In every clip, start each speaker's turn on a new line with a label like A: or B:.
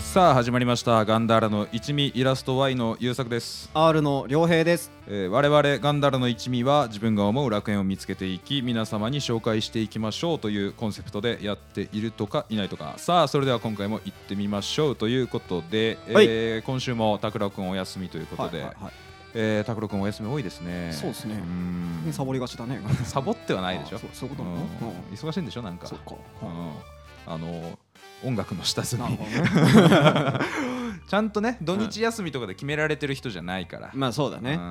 A: さあ始まりましたガンダーラの一味イラスト Y の優作です
B: R の良平です。
A: えー我々ガンダルの一味は自分が思う楽園を見つけていき皆様に紹介していきましょうというコンセプトでやっているとかいないとかさあそれでは今回も行ってみましょうということで、えー今週も拓郎くんお休みということで
B: はいはいはい
A: えー拓郎くんお休み多いですね
B: そうですね
A: ん
B: サボりがちだね。
A: サボってはないでしょ
B: あそうそういうことなの
A: ん
B: うん
A: 忙しいんでしょなんか
B: そうか。
A: うんあの音楽の下積
B: なる
A: み
B: ほどね。
A: ちゃんとね土日休みとかで決められてる人じゃないから、
B: まあそうだ
A: う
B: ね。うんん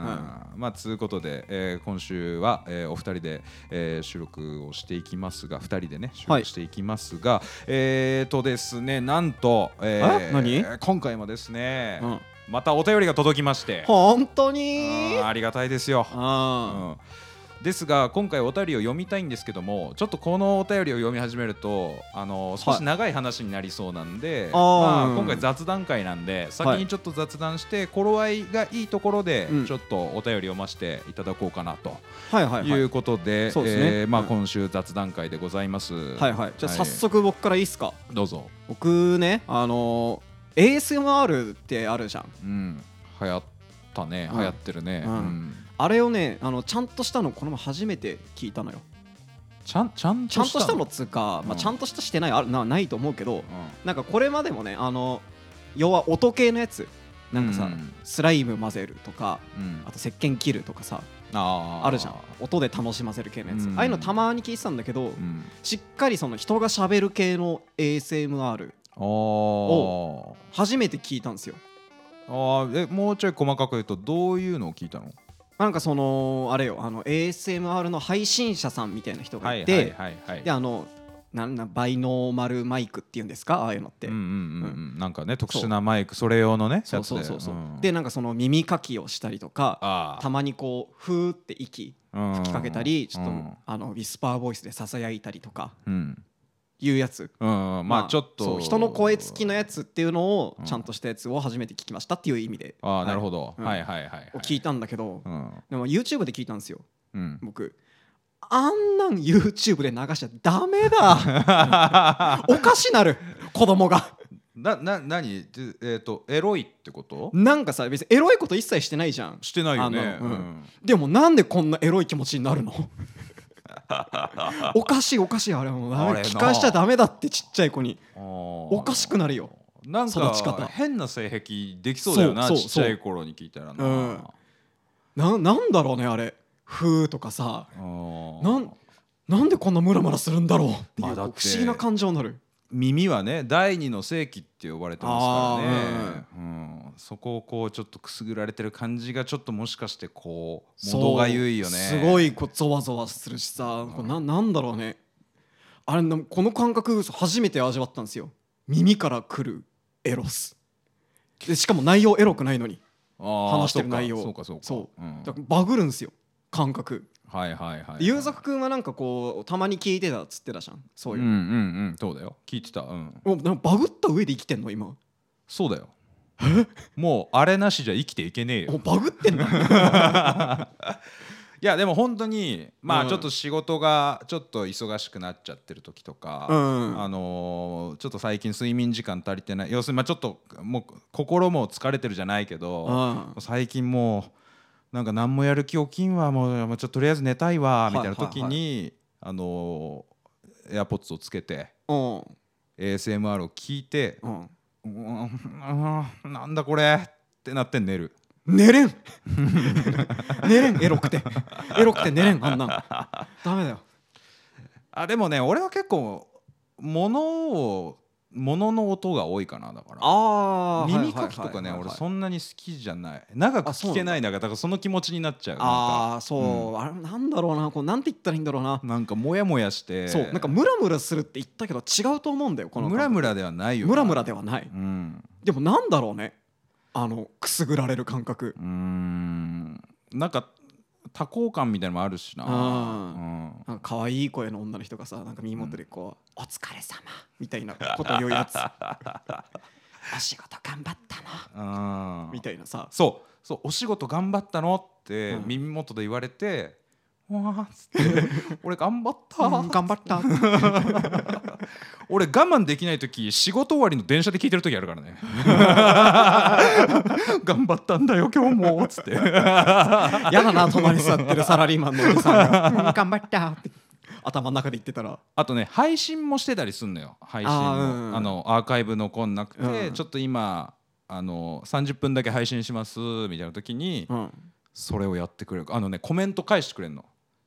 A: まあつうことで、えー今週は、えーお二人で、えー収録をしていきますが二人でね収
B: は
A: 録
B: い
A: していきますが、えーとですねなんと、えー
B: え何
A: 今回もですね、
B: うん。
A: またお便りが届きまして
B: 本当
A: う
B: に
A: ん。ありがたいですよ。
B: あ
A: うんですが今回お便りを読みたいんですけどもちょっとこのお便りを読み始めるとあの少
B: は
A: し
B: い
A: 長い話になりそうなんで、
B: あー
A: まあ、今回雑談会なんで先にちょっと雑談して頃合いがいいところで
B: うん
A: ちょっとお便り読ませていただこうかなと
B: あ。はいはいいは
A: う
B: い。
A: ことで,、
B: そうですね
A: えーまあ、
B: うん
A: 今週雑談会でございます。
B: はいはい。じゃあ早速僕からいいっすか。
A: どうぞ、
B: 僕ね、あのー ASMR ってあるじゃん。
A: うん、流行ったね
B: うん
A: 流行ってるね、
B: うん
A: うん
B: あれをね、あのちゃんとしたのこの前初めて聞いたのよ。
A: ちゃんちゃん
B: ちゃ
A: と
B: ん
A: した
B: としたのっつうか、
A: う
B: まあ
A: ん
B: ちゃんとしたしてないあなないと思うけ
A: う
B: ど、
A: ん
B: なんかこれまでもね、あの要は音系のやつ。なんか
A: う
B: さ
A: ん、
B: スライム混ぜるとか、
A: うん
B: あと石鹸切るとかさ
A: あー
B: あるじゃん音で楽しませる系のやつ、
A: うん
B: ああいうのたまに聞いてたんだけ
A: う
B: ど、
A: ん
B: しっかりその人がしゃべる系の ASMR
A: あ
B: 初めて聞いたんですよ
A: あーえもうちょい細かく言うとどういうのを聞いたの
B: なんかそのあれよあの ASMR の配信者さんみたいな人がいて、
A: はいはい
B: であのなんなんバイノーマルマイクっていうんですかああいうのって、
A: うんうんうんうんなんかね特殊なマイクそれ用のね
B: そうそう
A: やつで
B: そうそう、
A: ん
B: でなんかその耳かきをしたりとか
A: あ
B: たまにこうふーって息
A: ま
B: 吹きかけたりちょっと、
A: うん
B: あのウィスパーボイスでささやいたりとか
A: うん
B: いうやつ
A: うんうんまあちょっ
B: そ
A: と
B: う人の声付きのやつっていうのを
A: うん
B: ちゃんとしたやつを初めて聞きましたっていう意味で、
A: ああなる
B: は
A: ほど
B: うん
A: はいはいはいはい
B: いを聞いたんだけど、
A: うん
B: でも YouTube で聞いたんですよ
A: うん
B: 僕あんなん YouTube で流しちゃダメだ おかしなる子供が
A: なな何ってえっとエロいってこと
B: なんかさ別にエロいこと一切してないじゃん
A: してないよね
B: あのうん
A: うん
B: でもなんでこんなエロい気持ちにな るのおかしいおかしいあれはもうダ
A: あれ
B: メ
A: な
B: 聞かしちゃダメだってちっちゃい子に
A: お
B: おかしくなるよ
A: なん
B: 育ち
A: か
B: 方
A: 変な性癖できそうだよな
B: そう
A: ち
B: そう
A: っちゃい頃に聞いたら
B: う
A: なん
B: ななんだろうねあれ「ふー」とかさ
A: な
B: なんなんでこんなムラムラするんだろうってい
A: まあ
B: う
A: だ
B: 不
A: って
B: 思議な感情になる
A: 耳はね第二の世紀って呼ばれてますからね
B: あ、
A: うんそこをこうちょっとくすぐられてる感じがちょっともしかしてこう
B: そう
A: もどがゆいよね
B: すごいこうゾワゾワするしさこれななんだろうねあれなこの感覚初めて味わったんですよ耳からくるエロスでしかも内容エロくないのに
A: 話
B: 話してる内容
A: そうかそうか
B: そ
A: かうん
B: だからバグるんですよ感覚
A: はいはいはい
B: で優作君はなんかこうたまに聞いてたっつってたじゃんそう
A: うん
B: いうう、
A: んうんそうだよ聞いてたうん
B: もうなんかバグった上で生きてんの今
A: そうだよもうあれなしじゃ生きていけねえよ
B: おバグっ てんだ
A: いやでも本当にまあ
B: うん
A: ちょっと仕事がちょっと忙しくなっちゃってる時とか、
B: うん
A: あのーちょっと最近睡眠時間足りてない要するにまあちょっともう心も疲れてるじゃないけど
B: うん
A: 最近もうなんか何もやる気起きんわもうもうちょっととりあえず寝たいわ
B: はい
A: みたいな時に、あのー、AirPods をつけて
B: うん
A: ASMR を聞いて
B: う、ん
A: うーんなんだこれってなって寝る。
B: 寝れん 寝れんエロくてエロくて寝れんあんなんダメだよ
A: あでもね俺は結構物を物の音が多いかなだから
B: あ
A: 耳かきとかね俺そんなに好きじゃない長く
B: あそう
A: 聞
B: な
A: け
B: んだ
A: ない中だからその気持ちになっちゃうなんか
B: ああそう、あれなんだろうなこうなんて言ったらいいんだろうな、
A: なんかモヤモヤして
B: そうなんかムラムラするって言ったけど違うと思うんだよこの
A: ムラムラではないよ
B: ムラムラではない
A: うん
B: でもなんだろうねあのくすぐられる感覚
A: うーんなんか多幸感みたいなのもあるしな
B: あー
A: うん
B: なんか可愛い声の女の人がさなんか耳元でこう「お疲れ様みたいなこと言 うやつお仕事頑張ったの
A: あー
B: みたいなさ
A: そうそうお仕事頑張ったのって
B: うん
A: 耳元で言われて、わーっつって 俺頑張ったー
B: うん頑張った
A: 俺我慢できない時仕事終わりの電車で聞いてる時あるからね 頑張ったんだよ今日もっつって
B: やだな隣座ってるサラリーマンのおじさんがうん頑張ったって頭の中で言ってたら
A: あとね配信もしてたりすんのよ配信の
B: あ
A: あ
B: ーうんうん
A: のアーカイブ残んなくて、
B: うん
A: ちょっと今あの30分だけ配信しますみたいな時に、
B: うん
A: それをやってくれるあのねコメント返してくれるの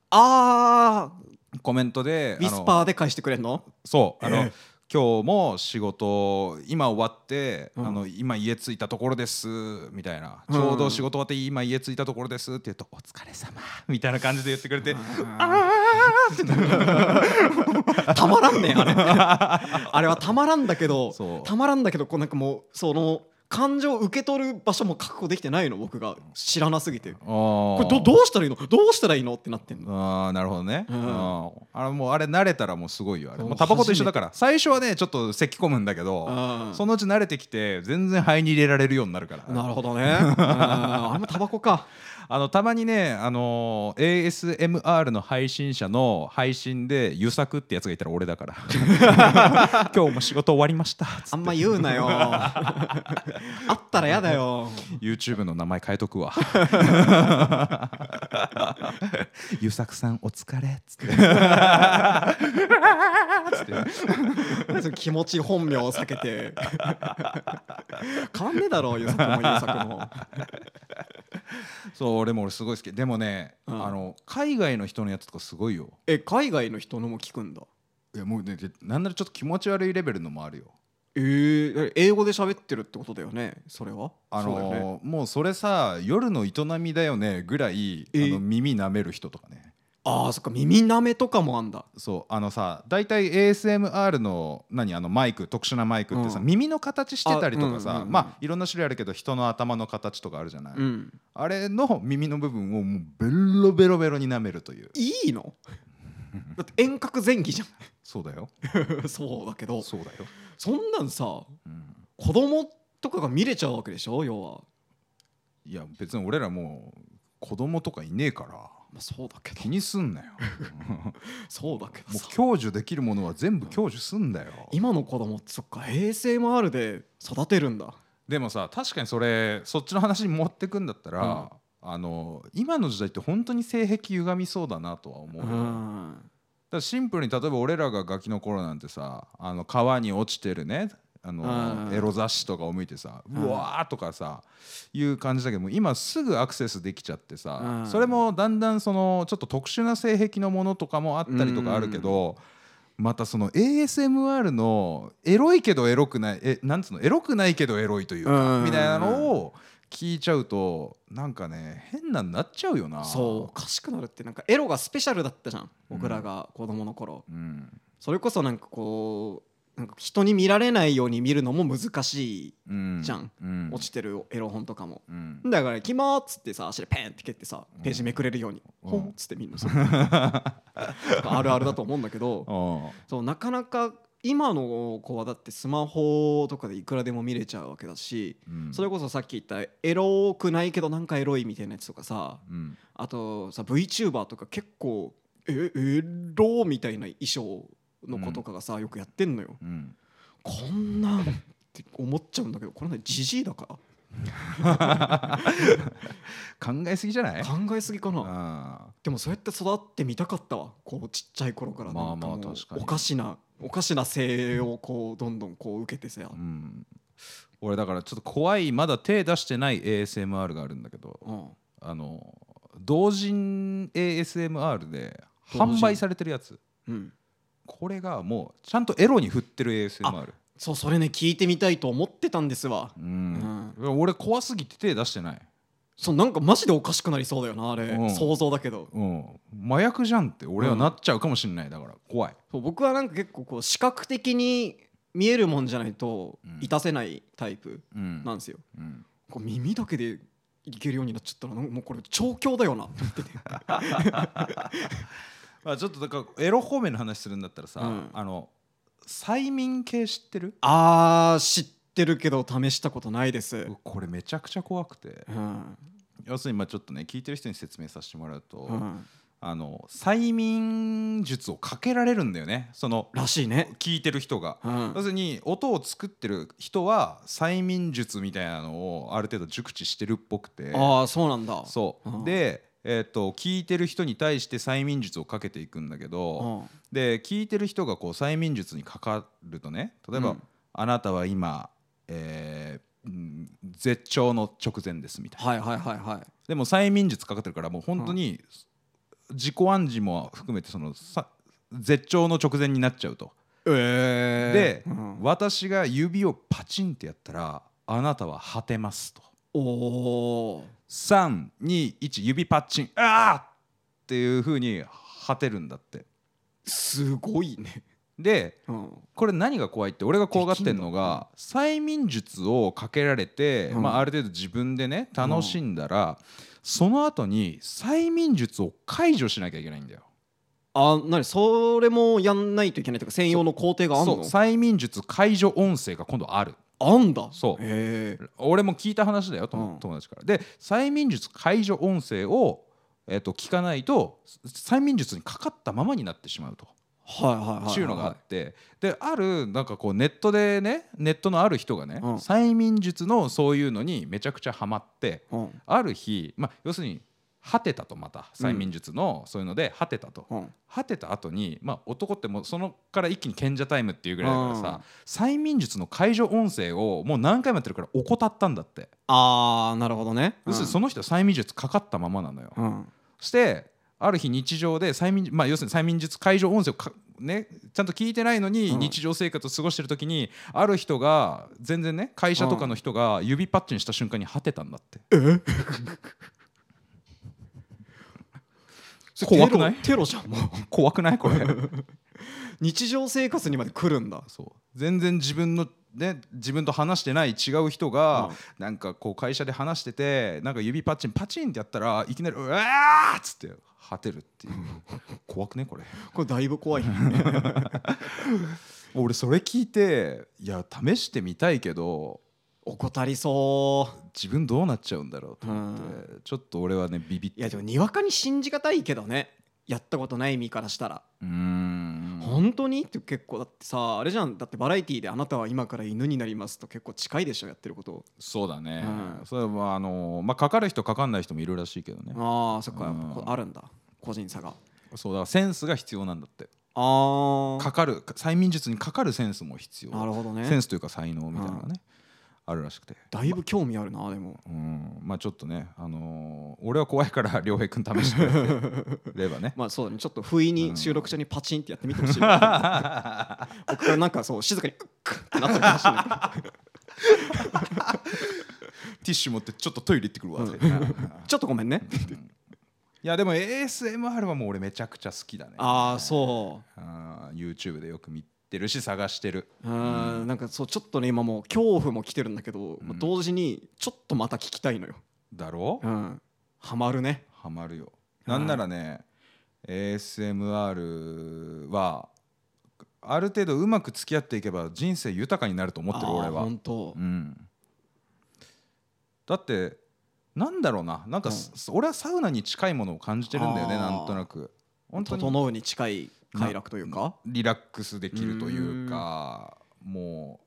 B: あー
A: コメントで
B: ウィス
A: あの
B: パーで返してくれんの
A: そうあの、
B: ええ
A: 今日も仕事今終わって、
B: うん
A: あの今家着いたところですみたいな、
B: うん
A: ちょうど仕事終わって今家着いたところですって言うと「お疲れ様みたいな感じで言ってくれて
B: たまらんね あれあれはたまらんだけど
A: そう
B: たまらんだけどこうなんかもうその感情を受け取る場所も確保できてないの僕が知らなすぎてこ
A: こ
B: れどどうしたらいいのどうしたらいいのってなってんの
A: あーなるほどね、
B: うん
A: あーあれもうあれ慣れたらもうすごいよあれ
B: そう
A: もうタバコと一緒だから最初はねちょっと咳き込むんだけど
B: あー
A: そのうち慣れてきて全然肺に入れられるようになるから
B: なるほどね あーあれもタバコか
A: あのたまにね、あのー ASMR の配信者の配信で「ゆさく」ってやつがいたら俺だから 今日も仕事終わりましたつって
B: あんま言う なよあったらやだよ
A: YouTube の名前変えとくわゆさくさんお疲れっつってつって
B: その気持ち本名を避け て変わんねえだろ優作も優作も
A: そう俺も俺すごい好きでもね、
B: うん
A: あの海外の人のやつとかすごいよ
B: え海外の人のも聞くんだ
A: いやもうねでなんならちょっと気持ち悪いレベルのもあるよ
B: えー、英語で喋ってるってことだよねそれは
A: あ
B: そうだよね
A: のもうそれさ夜の営みだよねぐらい、
B: え
A: あの耳舐める人とかね
B: あーそっか耳なめとかもあんだ
A: そうあのさ大体 ASMR の何あのマイク特殊なマイクってさ、
B: うん
A: 耳の形してたりとか
B: あうん
A: さ、
B: うんうん
A: まあいろんな種類あるけど人の頭の形とかあるじゃない、
B: うん
A: あれの耳の部分をもうベロベロベロに舐めるという
B: い いのだって遠隔前期じ
A: そうだよ
B: ゃん そうだけど
A: そうだよ、
B: そんなんさ
A: うん
B: 子供とかが見れちゃうわけでしょ要は、
A: いや別に俺らもう子供とかいねえから
B: まあ、そうだけど
A: 気にす んなよ
B: そうだけど
A: もう
B: さ
A: 享受できるものは全部享受すんだよ
B: 今の子供ってそっか ASMR で育てるんだ
A: でもさ確かにそれそっちの話に持ってくんだったら、あの今の時代って本当に性癖歪みそうだなとは思う、だからシンプルに例えば俺らがガキの頃なんてさあの川に落ちてるねあの、
B: うん
A: エロ雑誌とかを見てさ、
B: う
A: うんわーとかさいう感じだけども今すぐアクセスできちゃってさ、
B: うん
A: それもだんだんそのちょっと特殊な性癖のものとかもあったりとかあるけど、またその ASMR のエロいけどエロくないえなんつうのエロくないけどエロいというか、
B: うん
A: みたいなのを聞いちゃうとなんかね変なんなっちゃうよな
B: そうおかしくなるってなんかエロがスペシャルだったじゃん僕らが子供の頃、
A: う、うん
B: それこそなんかこうなんか人に見られないように見るのも難し
A: うん、
B: じゃん、
A: う
B: い落ちてるエロ本とかも
A: うん、
B: だから「キモ」っつってさ足でペンって蹴ってさページめくれるように「
A: うん
B: ほん」っつってみんなさあるあるだと思うんだけど
A: あ
B: そうなかなか今の子はだってスマホとかでいくらでも見れちゃうわけだし
A: ーうん
B: それこそさっき言ったエロくないけどなんかエロいみたいなやつとかさ
A: うん
B: あとさ VTuber とか結構えエロみたいな衣装の子とかがさよくやってんのよ
A: うん
B: こんなんって思っちゃうんだけどこれねジジイだから
A: 考えすぎじゃない
B: 考えすぎかな
A: あ
B: でもそうやって育ってみたかったわこうちっちゃい頃から
A: まあ
B: なんか
A: まあ
B: もう
A: 確かに
B: おかしなおかしな性をこうどんどんこう受けてさ
A: ー、うん、俺だからちょっと怖いまだ手出してない ASMR があるんだけど
B: うん、
A: あの同人 ASMR で
B: 同人
A: 販売されてるやつ
B: うん、
A: これがもうちゃんとエロに振ってる ASMR
B: そうそれね聞いてみたいと思ってたんですわ
A: う、
B: うんん
A: 俺怖すぎて手出してない、
B: そうなんかマジでおかしくなりそうだよなあれ、
A: うん
B: 想像だけど
A: うん、麻薬じゃんって俺はなっちゃうかもしれないだから怖い、
B: そう僕はなんか結構こう視覚的に見えるもんじゃないと
A: うん
B: いたせないタイプ
A: うん
B: なんですよ、
A: うん
B: こう耳だけでいけるようになっちゃったらなんかもうこれ調教だよなってて
A: まあ、ちょっとだからエロ方面の話するんだったらさ、
B: うん
A: あの催眠系知ってる
B: あー知ってるけど試したことないです、
A: これめちゃくちゃ怖くて
B: うん
A: 要するにまあちょっとね聞いてる人に説明させてもらうと、
B: うん
A: あの催眠術をかけられるんだよねその
B: らしいね、
A: 聞いてる人が。
B: うん
A: 要するに音を作ってる人は催眠術みたいなのをある程度熟知してるっぽくて
B: ああそうなんだ
A: そ
B: うん
A: うで、えー、と聞いてる人に対して催眠術をかけていくんだけど、
B: うん
A: で聞いてる人がこう催眠術にかかるとね例えば、
B: うん
A: あなたは今、えーうん絶頂の直前です」みたいな
B: はいはいはいはい
A: でも催眠術かかってるからもう本当に自己暗示も含めてそのさ絶頂の直前になっちゃうと、
B: え
A: で、
B: うん
A: 私が指をパチンってやったらあなたは果てますと
B: おお
A: 321指パチンああっていう風に果てるんだって
B: すごいね、
A: で
B: うん、
A: これ何が怖いって俺が怖がってるのが催眠術をかけられて、
B: うん
A: まあ、ある程度自分でね楽しんだら、その後に催眠術を解除しなきゃいけないんだよ。
B: あなにそれもやんないといけないとか専用の工程があん
A: そう
B: の
A: 催眠術解除音声が今度ある
B: あんだ
A: そう
B: へえ
A: 俺も聞いた話だよと、
B: うん
A: 友達からで催眠術解除音声を、えっと聞かないと催眠術にかかったままになってしまうと。
B: はいはいはいはい
A: っていうのがあってであるなんかこうネットでねネットのある人がね、
B: うん
A: 催眠術のそういうのにめちゃくちゃハマって
B: うん
A: ある日、まあ、要するに果てたとまた催眠術のそういうので果てたと、
B: うん
A: 果てた後にまあ、男ってもうそのから一気に賢者タイムっていうぐらいだからさ、催眠術の解除音声をもう何回もやってるから怠ったんだって
B: ああなるほどね
A: 要するにそ
B: の
A: の人は催眠術かかったままなのよ。
B: うん
A: そしてある日日常で催眠、まあ、要するに催眠術解除音声をか、ね、ちゃんと聞いてないのに
B: うん
A: 日常生活を過ごしてる時に、ある人が全然ね会社とかの人が指パッチンした瞬間に果てたんだって、
B: そ れ
A: 怖くない
B: テロテロじゃんもう
A: 怖くないこれ
B: 日常生活にまで来るんだ
A: そう全然自分の、ね、自分と話してない違う人が、なんかこう会社で話しててなんか指パッチンパチンってやったらいきなり「うわー!」っつって果てるって いう怖くねこれ。
B: これだいぶ 怖いね
A: 俺それ聞いていや試してみたいけど
B: 怠りそう
A: 自分どうなっちゃうんだろうと思って、ちょっと俺はねビビって
B: いやでもにわかに信じがたいけどねやったことない身からしたら
A: うーん
B: 本当にって結構だってさあれじゃんだってバラエティーで「あなたは今から犬になります」と結構近いでしょやってること
A: そうだね、
B: うん
A: それはあのまあかかる人かかんない人もいるらしいけどね
B: ああそっかやっ
A: うん
B: ぱこあるんだ個人差が
A: そうだからセンスが必要なんだって
B: あー
A: かかる催眠術にかかるセンスも必要
B: なるほど
A: セ
B: ね
A: ンスというか才能みたいなのがね、あるらしくて
B: だいぶ興味あるなでも
A: うんまあちょっとねあのー俺は怖いから 良平君試してくれれば ね
B: まあそうだねちょっと不意
A: うん
B: に収録中にパチンってやってみてほ しいな僕がなんかそう静かに「うっくっ」ってなってるかもしれない
A: ティッシュ持ってちょっとトイレ行ってくるわ、
B: うん
A: みたいな
B: ちょっとごめんね
A: いやでも ASMR はもう俺めちゃくちゃ好きだね
B: ああそう
A: あー YouTube でよく見てるし探してる
B: うーんなんかそうちょっとね今もう恐怖も来てるんだけど、まあ
A: うん
B: 同時にちょっとまた聞きたいのよ、
A: だろ
B: うん、ハマるね
A: ハマるよなんならね ASMR はある程度うまく付き合っていけば人生豊かになると思ってる
B: あー
A: 俺は
B: 本当
A: うんだってなんだろうななんかす、俺はサウナに近いものを感じてるんだよね
B: あー
A: なんとなく本当に
B: 整うに近い快楽というか、
A: リラックスできるというかも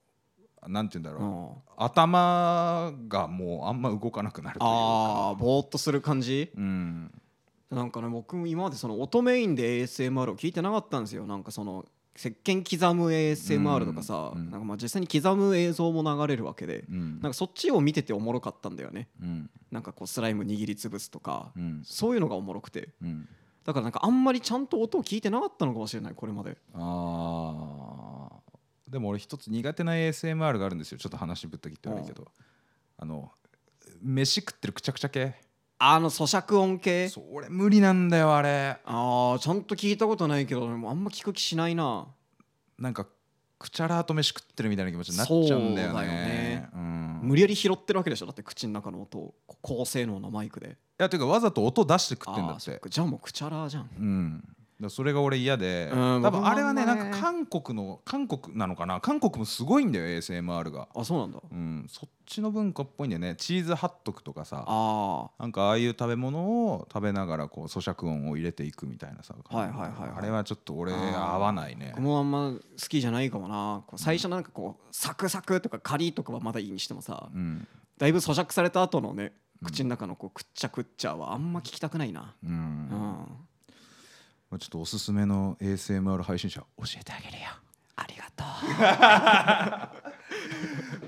A: うなんて言うんだ
B: う
A: ろう、
B: ん、あ
A: 頭がもうあんま動かなくなるという
B: あ
A: か
B: ぼーっとする感じ
A: うん
B: なんかね僕も今までその音メインで ASMR を聞いてなかったんですよなんかその石鹸刻む ASMR とかさ、
A: うんうん
B: なんかまあ実際に刻む映像も流れるわけで、
A: うん
B: なんかそっちを見てておもろかったんだよね
A: うん
B: なんかこうスライム握りつぶすとか、
A: うん
B: そういうのがおもろくて
A: うん
B: だからなんかあんまりちゃんと音を聞いてなかったのかもしれないこれまで
A: あーでも俺一つ苦手な ASMR があるんですよちょっと話ぶった切って悪いけどあの飯食ってるくちゃくちゃ系
B: あの咀嚼音系
A: それ無理なんだよあれ
B: ああちゃんと聞いたことないけどでもあんま聞く気しないな
A: なんかくちゃらーと飯食ってるみたいな気持ちになっちゃうんだよね
B: そうだよね
A: うん
B: 無理やり拾ってるわけでしょだって口の中の音をこ高性能なマイクで
A: いやていうかわざと音出して食ってんだ
B: あー
A: っ
B: そってかじゃあもうクチャラーじゃん
A: うんらそれが俺嫌で
B: うん
A: 多分あれはねな
B: 僕もあんまね
A: んか韓国の韓国なのかな韓国もすごいんだよ ASMR が、
B: あそうなんだ
A: うん、そっちの文化っぽいんだよねチーズハットクとかさ
B: あ
A: なんかああいう食べ物を食べながらこう咀嚼音を入れていくみたいなさ、
B: はいはいはいはい
A: あれはちょっと俺
B: あー
A: 合わないね
B: 僕もあんま好きじゃないかもなこう最初なんかこうサクサクとかカリとかはまだいいにしてもさ
A: うん、
B: だいぶ咀嚼された後のね
A: うん
B: 口の中のこうくっちゃくっちゃはあんま聞きたくないな
A: うん
B: うん
A: まあちょっとおすすめの ASMR 配信者教えてあげるよ
B: ありがと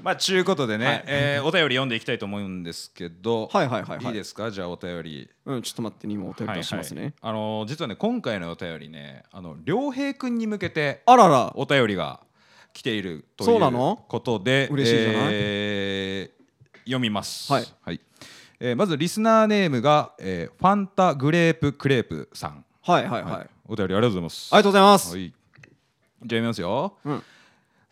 A: まあちゅうことでね、
B: はい
A: えーお便り読んでいきたいと思うんですけど、
B: う はいはいはい
A: い
B: はい
A: いですかじゃあお便り
B: うんちょっと待って今お便り出します
A: はい
B: ね
A: はいあのー実はね今回のお便りねあの良平くんに向けて
B: あらら
A: お便りが来ているとい
B: そう
A: う
B: なの
A: ことで
B: 嬉しいじゃない
A: えー読みます、
B: はい
A: えーまずリスナーネームが、えーファンタグレープクレープさん、
B: はいはいはいあり
A: お便りありがとうございます
B: がとうございます
A: はいじゃあ読みますよ、
B: うん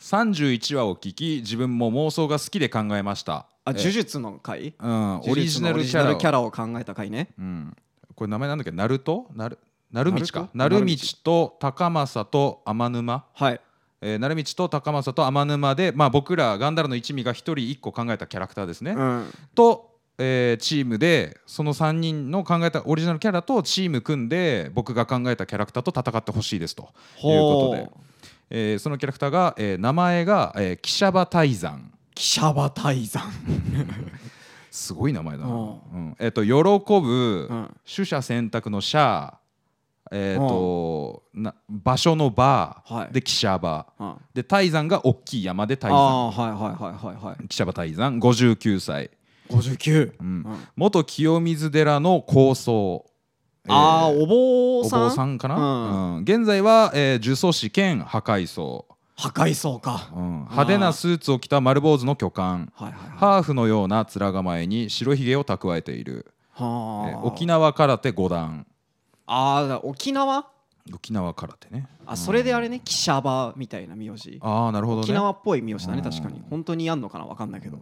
A: 31話を聞き自分も妄想が好きで考えましたえ
B: あ
A: ー
B: 呪術の回
A: うん、オリジナルキャラ
B: 呪術のオリジナルキャラを考えた回ね
A: うん、これ名前なんだっけナルトナルナルミチかナ
B: ナ
A: ル
B: ルト
A: ミチと高政と天沼
B: はい
A: えー、成道と高政と天沼で、まあ、僕らガンダルの一味が一人一個考えたキャラクターですね、
B: うん
A: と、えーチームでその3人の考えたオリジナルキャラとチーム組んで僕が考えたキャラクターと戦ってほしいですと、
B: ほ
A: という
B: う
A: こえーそのキャラクターが、えー名前が、えー、キシャバ泰山
B: 汽車場泰山
A: すごい名前だな、う
B: おうん
A: えー、と喜ぶ、
B: うん
A: 取捨選択の者えーとな場所の場、
B: はい
A: でキシャバ
B: あ
A: で泰山が大きい山で
B: あ
A: 泰山
B: ーはいはいはいはいはい
A: 記者場泰山59歳、
B: 59
A: う、
B: うんん
A: 元清水寺の高僧
B: ああ
A: えー
B: お坊
A: お
B: さん
A: 坊さんかな、う
B: うん
A: 現在は、えー、呪詛師兼破壊僧、
B: 破壊僧か
A: うん、派手なスーツを着た丸坊主の巨漢
B: はいはいはい
A: ハーフのような面構えに白ひげを蓄えている、え
B: は
A: ー沖
B: 縄
A: 縄空手五段
B: あーだ沖縄
A: 沖縄空手ね
B: あそれであれね汽車場みたいな名字
A: ああなるほどね
B: 沖縄っぽい名字だね
A: うん
B: 確かに本当にやんのかなわかんないけど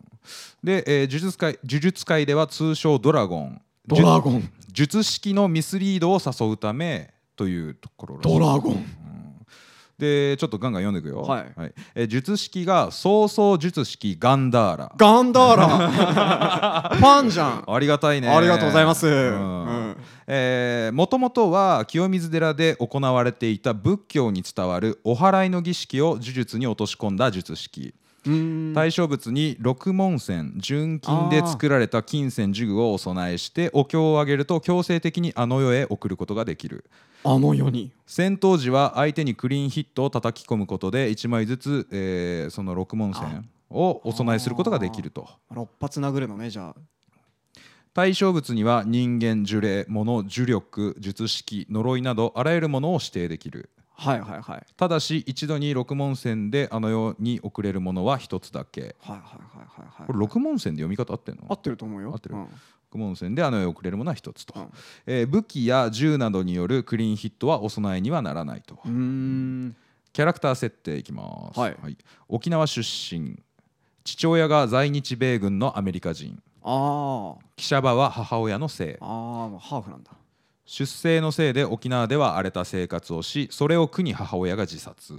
A: で、えー、呪術界呪術界では通称ドラゴン
B: ゴン
A: 術式のミスリードを誘うためというところらしい
B: ゴン
A: うんでちょっとガンガン読んでいくよ、
B: はい
A: えー術式が「早々術式ガンダーラ
B: ガンダー ラファンじゃん」
A: ありがたいね
B: ありがとうございます
A: うん
B: うん
A: えーもともとは清水寺で行われていた仏教に伝わるお祓いの儀式を呪術に落とし込んだ術式、
B: うーん
A: 対象物に六文銭純金で作られた金銭呪具をお供えしてお経をあげると強制的にあの世へ送ることができる
B: あの世に
A: 戦闘時は相手にクリーンヒットを叩き込むことで1枚ずつ、えーその6問線をお供えすることができると
B: 6発殴るのねじゃあ
A: 対象物には人間呪霊物呪力術式呪いなどあらゆるものを指定できる
B: はいはいはいはい
A: ただし一度に6問線であの世に送れるものは1つだけ
B: はいはいはいはい
A: これ6問線で読み方合ってんの
B: 合ってると思うよ
A: 合ってる
B: うん
A: 六問線であの世へ送れるものは1つと、
B: うん
A: えー武器や銃などによるクリーンヒットはお供えにはならないと、
B: うーん
A: キャラクター設定いきます、
B: はい
A: 沖縄出身父親が在日米軍のアメリカ人
B: あー
A: 記者場は母親の姓
B: あーもうハーフなんだ
A: 出生のせいで沖縄では荒れた生活をしそれを苦に母親が自殺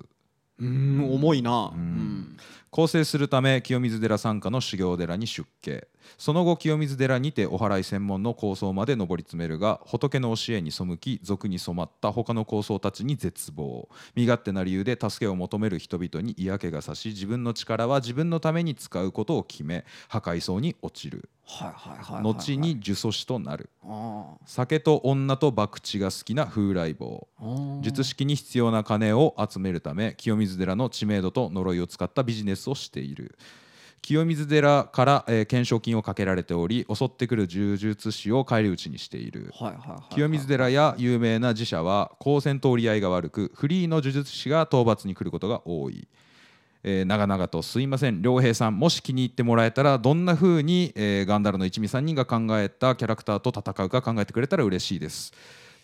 B: うーん重いな
A: う
B: うんん
A: 更生するため清水寺傘下の修行寺に出家その後清水寺にてお祓い専門の構想まで上り詰めるが仏の教えに背き俗に染まった他の構想たちに絶望身勝手な理由で助けを求める人々に嫌気がさし自分の力は自分のために使うことを決め破壊層に落ちる
B: はいはいはいはいはい
A: 後に呪詛師となる
B: あ
A: 酒と女と博打が好きな風来坊
B: ーあー
A: 術式に必要な金を集めるため清水寺の知名度と呪いを使ったビジネスをしている清水寺から、えー懸賞金をかけられており襲ってくる呪術師を返り討ちにしている
B: はいはいはいはい
A: 清水寺や有名な寺社は高専と折り合いが悪くフリーの呪術師が討伐に来ることが多い、えー長々とすいません良平さんもし気に入ってもらえたらどんな風に、えーガンダルの一味3人が考えたキャラクターと戦うか考えてくれたら嬉しいです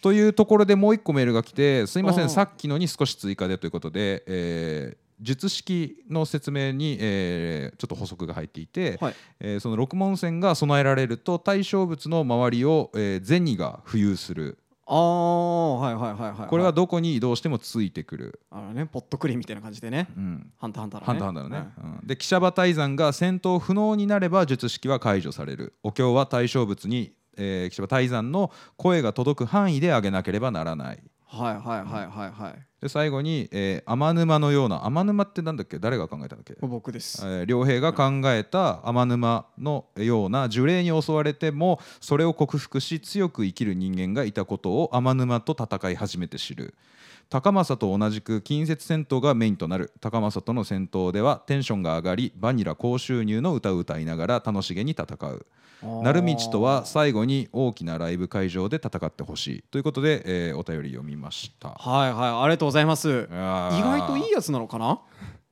A: というところでもう1個メールが来てすいませ
B: あ
A: ん
B: ー
A: さっきのに少し追加でということで、えー術式の説明に、えーちょっと補足が入っていて、
B: はい
A: えーその六文銭が備えられると対象物の周りを、えー、銭が浮遊する
B: ああはいはいはいはい
A: これはどこに移動してもついてくる、
B: あのねポットクリみたいな感じでね
A: うん、
B: ハンターハンター
A: ハンターハンターのね、うんで記者馬退山が戦闘不能になれば術式は解除されるお経は対象物に、えー、記者馬退山の声が届く範囲で上げなければならない
B: はいはいはいはいはい
A: で最後に、えー天沼のような天沼ってなんだっけ誰が考えたんだっけ、
B: 僕です
A: えー両兵が考えた天沼のような呪霊に襲われてもそれを克服し強く生きる人間がいたことを天沼と戦い始めて知る高政と同じく近接戦闘がメインとなる高政との戦闘ではテンションが上がりバニラ高収入の歌を歌いながら楽しげに戦う鳴道とは最後に大きなライブ会場で戦ってほしいということで、えーお便り読みました
B: はいはいありがとうございます
A: 意
B: 意外といい
A: や
B: やつなのかな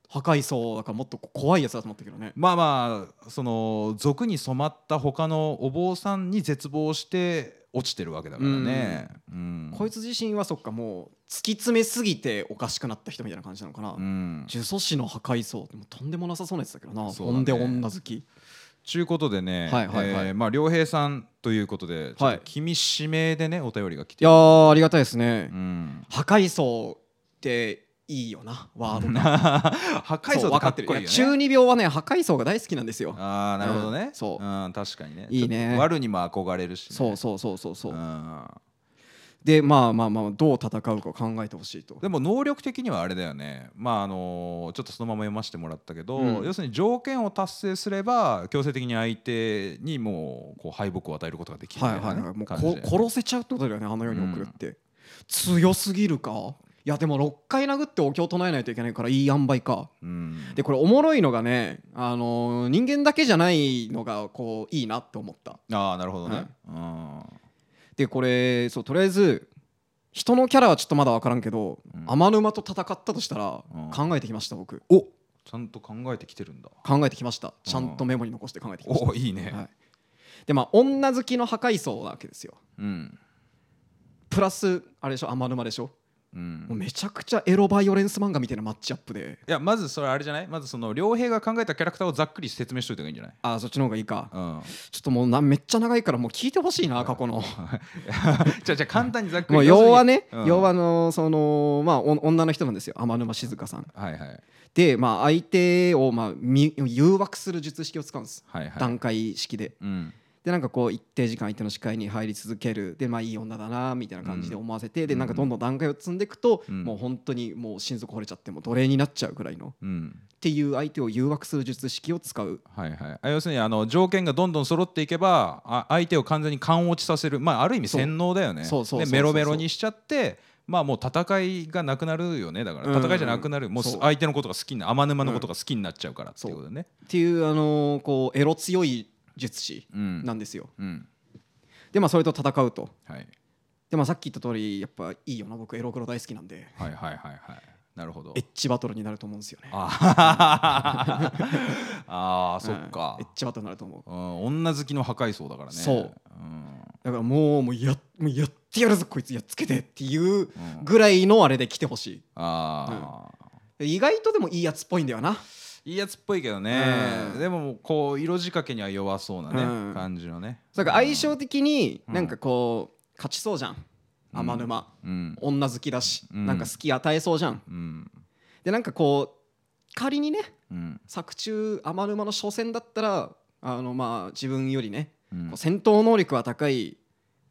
B: 破壊層だからもっと怖いやつだと思ったけどね
A: まあまあその俗に染まった他のお坊さんに絶望して落ちてるわけだからね、うん
B: こいつ自身はそっかもう突き詰めすぎておかしくなった人みたいな感じなのかな、
A: うん
B: 呪詛師の破壊層ってもうとんでもなさそうなやつだけどな、
A: そうだ
B: ほ
A: ね
B: んで女好き
A: ちゅうことでね、
B: はいはいはい
A: えーまあ良平さんということで、ちょっ
B: はい
A: と君指名でねお便りが来
B: い
A: て
B: やーありがたいですね、
A: うん、
B: 破壊層っていいよなワ ードが
A: 破壊層ってかっこいいよ
B: そう分かってる
A: ね
B: や中二病はね破壊層が大好きなんですよ
A: ああなるほどね、
B: うんそう
A: うん、確かにね
B: いいね
A: ちょっと悪にも憧れるし、ね、
B: そうそうそうそうそう、
A: うん
B: でまあまあまあどう戦うかを考えてほしいと
A: でも能力的にはあれだよねまああのちょっとそのまま読ませてもらったけど、
B: うん
A: 要するに条件を達成すれば強制的に相手にもうこう敗北を与えることができるみ
B: はい
A: たいな
B: は
A: ね
B: いはいもう
A: 感じ
B: こ
A: で
B: 殺せちゃうってことだよねあの世に送るって、強すぎるかいやでも6回殴ってお経を唱えないといけないからいい塩梅か
A: うん
B: でこれおもろいのがね、あのー人間だけじゃないのがこういいなって思った
A: ああなるほどね、
B: はい
A: うん
B: でこれそうとりあえず人のキャラはちょっとまだ分からんけど、
A: うん
B: 天沼と戦ったとしたら
A: うん
B: 考えてきました僕
A: おちゃんと考えてきてるんだ
B: 考えてきましたちゃんとメモに残して考えてきました、
A: おいいね、
B: はい、でまあ女好きの破壊層なわけですよ
A: うん
B: プラスあれでしょ天沼でしょ
A: う
B: もうんめちゃくちゃエロバイオレンス漫画みたいなマッチアップで
A: いやまずそれあれじゃないまずその良平が考えたキャラクターをざっくり説明しといた方がいいんじゃない
B: あーそっちの方がいいか
A: うん、
B: ちょっともうなめっちゃ長いからもう聞いてほしいな 過去の
A: じゃあじゃあ簡単にざっくり
B: もう要はね
A: 要するにうん
B: 要はあのそのまあお女の人なんですよ天沼静香さん
A: はいはい
B: でまあ相手をまあみ誘惑する術式を使うんです
A: はいはい
B: 段階式で
A: うん
B: でなんかこう一定時間相手の視界に入り続けるでまあいい女だなみたいな感じで思わせてで
A: うん
B: なんかどんどん段階を積んでいくと
A: うん
B: もう本当にもう心底惚れちゃってもう奴隷になっちゃうくらいのっ
A: うん
B: ていう相手を誘惑する術式を使う
A: はいはいあ、要するにあの条件がどんどん揃っていけばあ相手を完全に勘落ちさせる、まあ、ある意味
B: そう
A: 洗脳だよね
B: そうそうそうそう
A: でメロメロにしちゃって、まあ、もう戦いがなくなるよねだか
B: うん
A: ら戦いじゃなくなる、もう
B: そう
A: 相手のことが好きにな天沼のことが好きになっちゃうからって
B: そう
A: いうことね。
B: っていうあのこうエロ強い術師
A: うん
B: なんですよ
A: うん
B: でまあそれと戦うと
A: はい、
B: でまあさっき言った通りやっぱいいよな僕エロ黒大好きなんで
A: はいはいはいはいなるほど
B: エッジバトルになると思うんですよね
A: あ あーそっか
B: うんエッ、ジバトルになると思う
A: うん、女好きの破壊層だからね
B: そう、
A: うん
B: だからもうもうやもうやってやるぞこいつやっつけてっていう
A: うん
B: ぐらいのあれで来てほし
A: ああ、
B: い意外とでもいいやつっぽいんだよない
A: いやつっぽいけどね、
B: うん
A: でももうこう色仕掛けには弱そうなね、
B: うん
A: 感じのね
B: だから相性的に
A: うん
B: なんかこう勝ちそうじゃん
A: うん
B: 天沼、
A: うん
B: 女好きだし、
A: うん
B: なんか好き与えそうじゃん
A: うん
B: でなんかこう仮にね
A: うん
B: 作中天沼の初戦だったらあのまあ自分よりね、
A: うん
B: こう戦闘能力が高い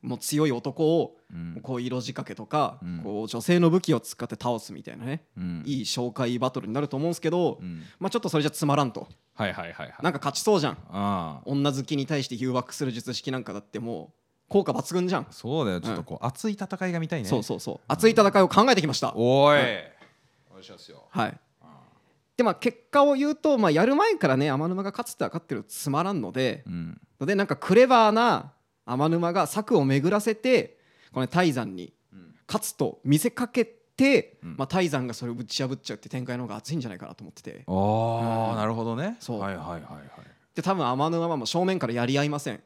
B: もう強い男を
A: うん
B: こう色仕掛けとか、
A: うん
B: こう女性の武器を使って倒すみたいなね、
A: うん
B: いい紹介バトルになると思うんですけど、
A: うん
B: まあ、ちょっとそれじゃつまらんと
A: はいはいはいはい
B: なんか勝ちそうじゃん
A: ああ
B: 女好きに対して誘惑する術式なんかだってもう効果抜群じゃん、
A: そうだよちょっとこう、熱い戦いが見たいね
B: そうそうそう熱い戦いを考えてきました
A: おい、
B: は
A: お願いしますよ
B: はいでまあ結果を言うと、まあ、やる前からね天沼が勝つって分かってるとつまらんので
A: うん
B: でなんかクレバーな天沼が策を巡らせてこの泰山に
A: うん
B: 勝つと見せかけて、
A: うん
B: まあ、泰山がそれをぶち破っちゃうって展開の方が熱いんじゃないかなと思ってて
A: ああ、
B: うん
A: なるほどね
B: そう
A: はいはいはいはい
B: で多分天沼はもう正面からやり合いません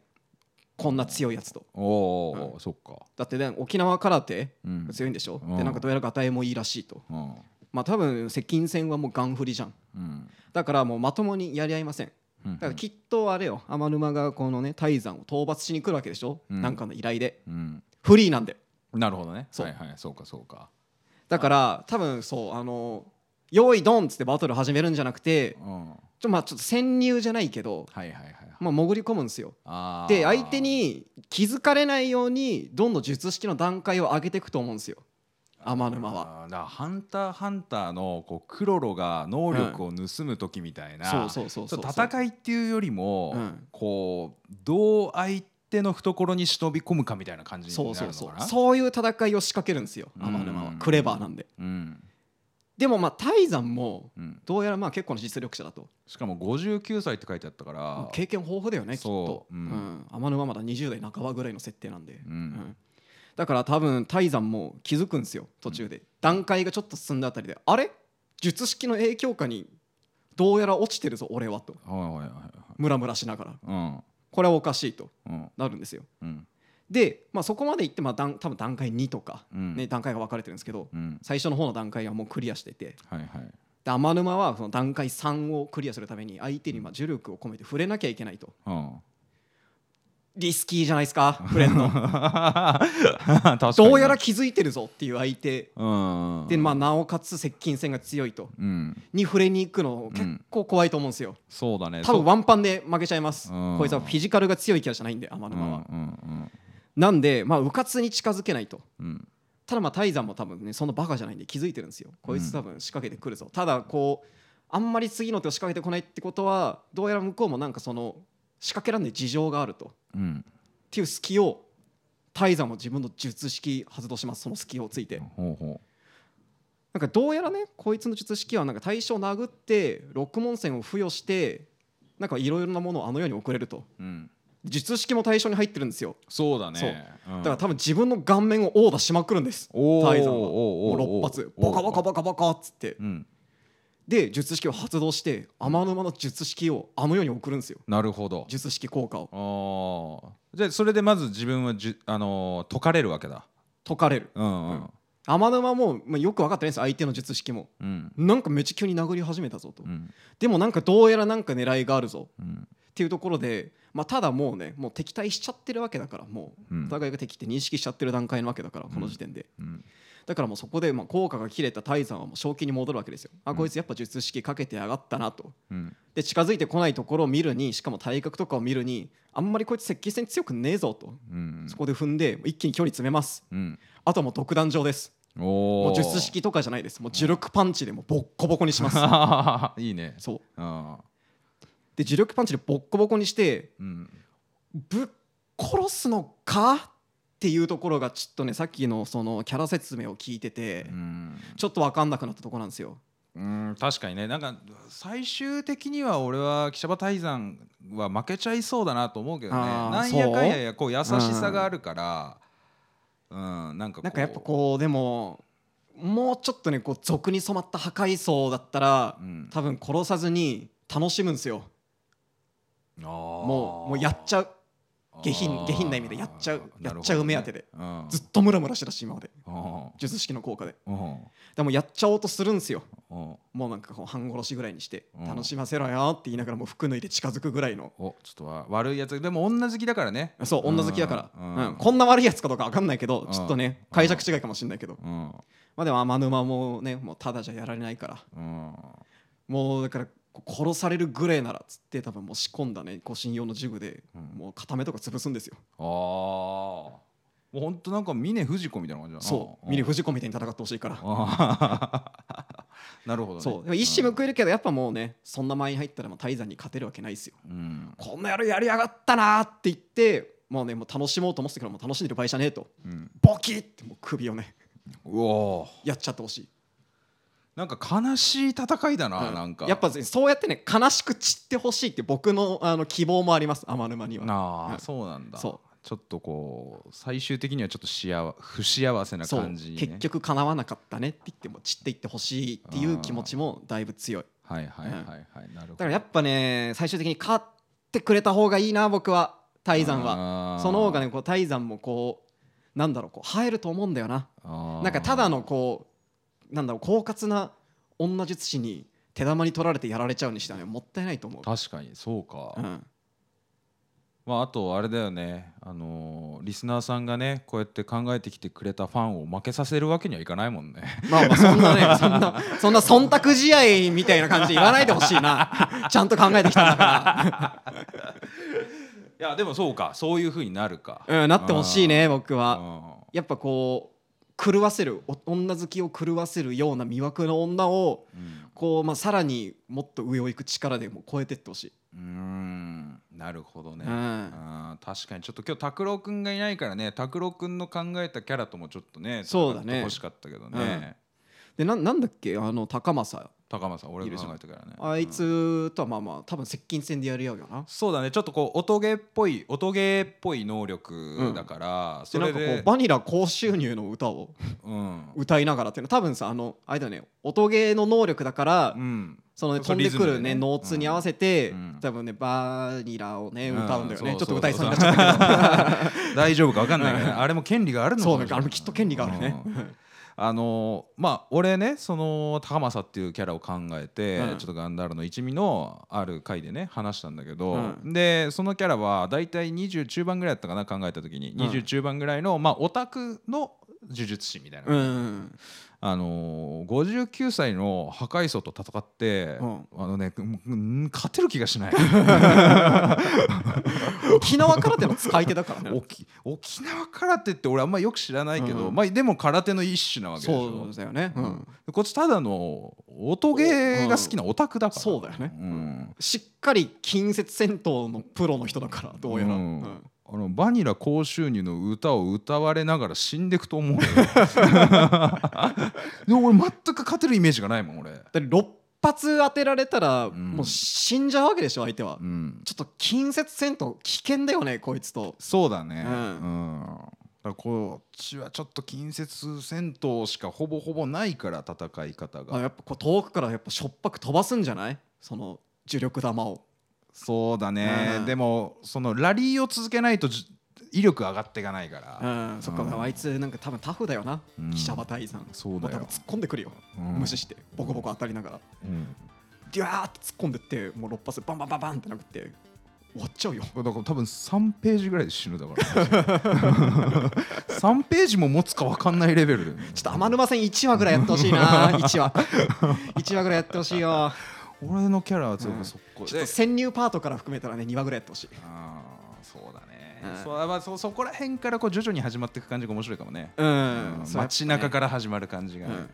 B: こんな強いやつと
A: おーおー、そっか
B: だってね沖縄空手
A: うん
B: 強いんでしょ、
A: うん
B: でなんかどうやらガタイもいいらしいと
A: うん
B: まあ多分接近戦はもうガン振りじゃん
A: うん
B: だからもうまともにやり合いません
A: うん
B: だからきっとあれよ天沼がこのね泰山を討伐しに来るわけでしょ、
A: うん
B: なんかの依頼で
A: うん
B: フリーなんで
A: なるほどね
B: そう
A: はいはいそうかそうか
B: だから多分そうあの「用意ドン!」っつってバトル始めるんじゃなくて
A: うんはい
B: ちょ,、まあ、ちょっと潜入じゃないけど、
A: はいはい
B: まあ、潜り込むんですよ
A: あー
B: で相手に気づかれないようにどんどん術式の段階を上げていくと思うんですよ天沼は。
A: あーだからハンターハンターのこうクロロが能力を盗む時みたいな、
B: そうそうそうそう
A: ちょっと戦いっていうよりも、
B: うん
A: こうどう相手の懐に忍び込むかみたいな感じ
B: そ
A: に
B: う
A: なる
B: そう
A: のか
B: そう
A: な
B: そういう戦いを仕掛けるんですよ
A: うん
B: 天沼はクレバーなんで
A: うん
B: でもまあ泰山も
A: うん、
B: どうやらまあ結構な実力者だと
A: しかも59歳って書いてあったか
B: まあ
A: ら
B: 経験豊富だよねきっと
A: そううんう
B: 天沼はまだ20代半ばぐらいの設定なんで
A: うん
B: うんだから多分泰山も気づくんですよ途中で段階がちょっと進んだあたりであれ術式の影響下にどうやら落ちてるぞ俺はと
A: はいはいはいはい
B: ムラムラしながら
A: うん
B: これはおかしいと
A: うん
B: なるんですよ
A: うん
B: で、まあ、そこまで行ってまあ段多分段階2とか、
A: うん
B: ね、段階が分かれてるんですけど、
A: うん
B: 最初の方の段階はもうクリアしてて
A: はいはい
B: で天沼はその段階3をクリアするために相手にまあ呪力を込めて触れなきゃいけないと
A: うん
B: リスキーじゃないですかフ レンド
A: 確かに
B: どうやら気づいてるぞっていう相手
A: うん
B: で、まあ、なおかつ接近戦が強いと
A: うん
B: に触れに行くの結構怖いと思うんですよ
A: そうだね
B: 多分ワンパンで負けちゃいます
A: うん
B: こいつはフィジカルが強いキャラじゃないんで天
A: う
B: 沼
A: ん
B: は
A: うん
B: なんでまあうかつに近づけないと
A: うんうん
B: ただまあ泰山も多分ねそんなバカじゃないんで気づいてるんですよこいつ多分仕掛けてくるぞ、ただこうあんまり次の手を仕掛けてこないってことはどうやら向こうもなんかその仕掛けらんない事情があるとっ
A: うん
B: ていう隙を泰山も自分の術式発動しますその隙をついて
A: ほうほ
B: なんかどうやらねこいつの術式はなんか対象を殴って六門線を付与してなんかいろいろなものをあの世に送れると
A: ううん
B: 術式も対象に入ってるんですよ
A: そうだね
B: そう
A: うん
B: だから多分自分の顔面を殴打しまくるんです
A: おー
B: 泰山は
A: おー
B: もう6
A: おー
B: 発
A: おー
B: ボカボカボカボカっつって
A: うん
B: で術式を発動して天沼の術式をあの世に送るんですよ
A: なるほど
B: 術式効果を
A: ああじゃあそれでまず自分はじゅあのー解かれるわけだ
B: 解かれる
A: うんう
B: うん
A: ん
B: 天沼も、まあ、よく分かってないんです相手の術式も
A: うん
B: なんかめっちゃ急に殴り始めたぞと、
A: うん
B: でもなんかどうやらなんか狙いがあるぞ
A: うん
B: っていうところで、まあ、ただもうねもう敵対しちゃってるわけだからもう、
A: うん
B: お互いが敵って認識しちゃってる段階なわけだからこの時点で、
A: うん
B: だからもうそこでまあ効果が切れた泰山はもう正気に戻るわけですよあ
A: うん
B: こいつやっぱ術式かけてやがったなと
A: うん
B: で近づいてこないところを見るにしかも体格とかを見るにあんまりこいつ接近戦強くねえぞと
A: うん
B: そこで踏んで一気に距離詰めます
A: うん
B: あとはもう独壇場です
A: お
B: も
A: お
B: う術式とかじゃないですもう呪力パンチでもうボッコボコに します
A: いいね
B: そう
A: うん
B: で呪力パンチでボッコボコにして
A: うん
B: ぶっ殺すのかっていうところがちょっとねさっきのそのキャラ説明を聞いてて、
A: うん
B: ちょっと分かんなくなったところなんですよ
A: うん確かにねなんか最終的には俺は汽車場泰山は負けちゃいそうだなと思うけどね
B: あー
A: なんやかんややこう優しさがあるからうんなんかこう
B: なんかやっぱこうでももうちょっとねこう俗に染まった破壊層だったら、
A: うん
B: 多分殺さずに楽しむんですよも
A: も
B: うもうやっちゃう下品
A: あー
B: 下品な意味でやっちゃう
A: なる
B: やっ
A: ほどね
B: ちゃう目当てで
A: うん
B: ずっとムラムラしてたし今まで
A: うん
B: 術式の効果で
A: うん
B: でもやっちゃおうとするんですよ
A: うん
B: もうなんかこう半殺しぐらいにして
A: うん
B: 楽しませろよって言いながらもう服脱いで近づくぐらいの
A: おちょっとわ悪いやつでも女好きだからね
B: そう女好きだから、
A: うん
B: うんこんな悪いやつかどうか分かんないけど
A: うん
B: ちょっとね解釈違いかもしれないけど
A: うん
B: まあでも天沼もねもうただじゃやられないから
A: うん
B: もうだからこう殺されるぐらいならっつって多分もう仕込んだね護身用のジグで
A: うん
B: もう片目とか潰すんですよ
A: あーもうほんとなんか峰不二子みたいな感じだな
B: そうミリ藤子みたいに戦ってほし いから
A: あーなるほどね
B: そうでも一矢報いるけどやっぱもうねそんな前に入ったらもう泰山に勝てるわけないですよ
A: うん
B: こんな野郎やりやがったなーって言ってもうねもう楽しもうと思ってたからもう楽しんでる場合じゃねえと
A: うん
B: ボキッてもう首をね
A: うおー
B: やっちゃってほしい
A: なんか悲しい戦いだな、
B: うん
A: なんか
B: やっぱねそうやってね悲しく散ってほしいって僕のあの希望もあります天沼には
A: なあ、
B: うん
A: そうなんだ
B: そ
A: ちょっとこう最終的にはちょっと幸不幸せな
B: そう
A: 感じ、ね、
B: 結局叶わなかったねって言っても散っていってほしいっていう気持ちもだいぶ強い
A: はいはいはいはい、なるほど
B: だからやっぱね最終的に勝ってくれた方がいいな僕は泰山は
A: は
B: その方がねこう泰山もこうなんだろうこう映えると思うんだよなな
A: なん
B: かただのこうなんだろう狡猾な女術師に手玉に取られてやられちゃうにしてはねもったいないと思う、
A: 確かにそうか、
B: うん、
A: まあ、あとあれだよね、あのーリスナーさんがねこうやって考えてきてくれたファンを負けさせるわけにはいかないも んね
B: まあまあそんな ねそんなそんな忖度試合みたいな感じで言わないでほしいなちゃんと考えてきたんだか
A: いやでも そうかそういうふうになるか、
B: ら、うん、なってほしいね僕
A: う
B: は
A: ん
B: やっぱこう狂わせるお女好きを狂わせるような魅惑の女を
A: うん
B: こう、まあ、さらにもっと上を行く力でも超えてってほしい、
A: うーんなるほどね、
B: うん
A: あー確かにちょっと今日拓郎くんがいないからね拓郎くんの考えたキャラともちょっとね
B: そうだね
A: 欲しかったけどね、
B: でななんだっけあの高政
A: 高間さん俺
B: いる
A: が
B: じゃん
A: 考えたからね
B: あい
A: うん
B: つとはまあまあ多分接近戦でやり合うよな
A: そうだねちょっとこう音ゲーっぽい音ゲーっぽい能力だから、
B: で
A: そ
B: なん
A: れ
B: かこう
A: で
B: バニラ高収入の歌を
A: うん
B: 歌いながらっていうの多分さあのあれだよね音ゲーの能力だから、
A: うん
B: そのね
A: そ
B: 飛
A: うん
B: でく
A: リズ
B: る
A: ムで
B: ね
A: ね
B: ノーツに合わせて、
A: うん
B: 多分ねバニラをね
A: うん
B: 歌うんだよね、
A: そう
B: ちょ
A: そ
B: っ
A: う
B: と歌いそうになっちゃったけ
A: 大丈夫か分かんないけどねあれも権利があるの
B: どそ
A: も
B: うなん
A: しれ
B: かあ
A: い
B: れもきっと権利があるね
A: うんあのーまあ俺ねその高政っていうキャラを考えて、
B: うん
A: ちょっとガンダールの一味のある回でね話したんだけど、
B: う
A: でそのキャラはだいたい20中盤ぐらいだったかな考えた時に
B: うん
A: 20中盤ぐらいの、まあオタクの呪術師みたいな、
B: うんうん
A: あのー、59歳の破壊層と戦って、
B: うん
A: あのねうんうん勝てる気がしない
B: 沖縄空手の使い手だから ね
A: 沖沖縄空手って俺あんまよく知らないけど、
B: うん
A: まあ、でも空手の一種なわけでしょ
B: そうだよね、う
A: うんんこっちただの音ゲーが好きなオタクだから、
B: そうだよね
A: うん
B: しっかり近接戦闘のプロの人だからどうやら、
A: うん
B: うん
A: あのバニラ高収入の歌を歌われながら死んでくと 思うよでも俺全く勝てるイメージがないもん俺、
B: だって6発当てられたら
A: ん
B: もう死んじゃうわけでしょ相手は、
A: うん、
B: ちょっと近接戦闘危険だよねこいつと
A: そうだね
B: う
A: うんん、だからこっちはちょっと近接戦闘しかほぼほぼないから戦い方
B: あ
A: が
B: やっぱこう遠くからやっぱしょっぱく飛ばすんじゃないその呪力玉を
A: そうだね、
B: うん
A: でもそのラリーを続けないとじ威力上がっていかないから、
B: うん、そっか、
A: うん
B: あいつなんか多分タフだよな、
A: うん
B: 記者馬退散
A: そうだよ
B: も多分突っ込んでくるよ、
A: うん
B: 無視してボコボコ当たりながら
A: うん
B: ギュワーって突っ込んでってもう6発バンバンバンバンってなくって終わっちゃうよ
A: これだから多分3ページぐらいで死ぬだから3 ページも持つか分かんないレベルで、
B: ちょっと天沼戦1話ぐらいやってほしいな1話1話ぐらいやってほしいよ
A: 俺のキャラは全部そこ
B: ちょっ
A: で、
B: と潜入パートから含めたらね2話ぐらいやってほしい
A: あーそうだね、
B: うん
A: そうまあ、そそこら辺からこう徐々に始まっていく感じが面白いかもね、
B: う
A: うん
B: ん、そうやっぱね
A: 街中から始まる感じがね、
B: うん
A: うん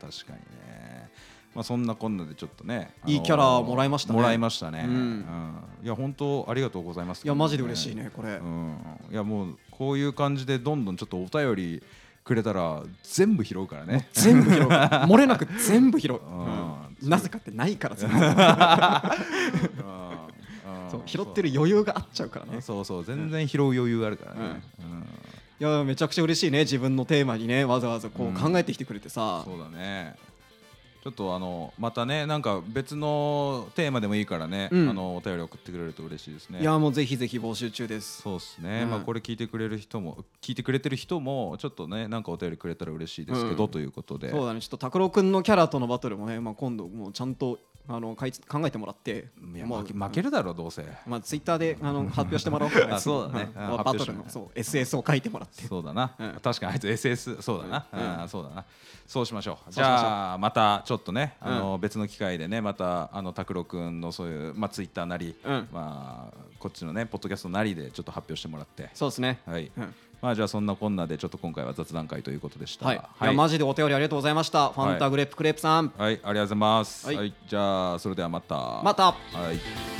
A: 確かにねまあそんなこんなでちょっとね
B: いいキャラもらいましたね
A: もらいましたね、
B: うん
A: うんいや本当ありがとうございます
B: いやマジで嬉しいねこれ、
A: うん、いやもうこういう感じでどんどんちょっとお便りくれたら全部拾うからね。
B: 全部拾うから漏れなく全部拾う、
A: ん
B: うんなぜかってないから全然そう拾ってる余裕があっちゃうからね
A: ね。そうそう全然拾う余裕あるからね。うん
B: いやめちゃくちゃ嬉しいね自分のテーマにねわざわざこ
A: うん
B: う考えてきてくれてさ、
A: そうだね。ちょっとあのまたねなんか別のテーマでもいいからね、
B: うん
A: あのお便り送ってくれると嬉しいですね。
B: いやもうぜひぜひ募集中です
A: そうですね、
B: うん
A: まあこれ聞いてくれる人も聞いてくれてる人もちょっとねなんかお便りくれたら嬉しいですけど、
B: うん
A: ということで
B: そうだねちょっと拓郎くんのキャラとのバトルもね、まあ、今度もうちゃんとあのかいつ考えてもらって
A: いや
B: もう
A: 負け負けるだろうどうせ、
B: まあツイッターであの発表してもらおうかな
A: あ そうだね
B: ん
A: うん
B: バ
A: 発表
B: ト
A: して
B: ル
A: もら
B: の
A: おう
B: そう SS を書いてもらって
A: そうだな、
B: うん
A: 確かにあいつ SS そうだな、
B: う
A: うんんそうだなそうしましょう
B: し
A: じ
B: ましょう
A: ゃあまたちょっとねあの、別の機会でねまたあの拓郎くんのそういうまあツイッターなり、
B: うん
A: まあこっちのねポッドキャストなりでちょっと発表してもらって
B: そうですね、
A: はい、
B: うん
A: まあじゃあそんなこんなでちょっと今回は雑談会ということでした
B: はい、いやマジでお便りありがとうございましたファンタグレープクレープさん、
A: はいありがとうございます、
B: は
A: はいいじゃあそれではまた
B: また
A: はい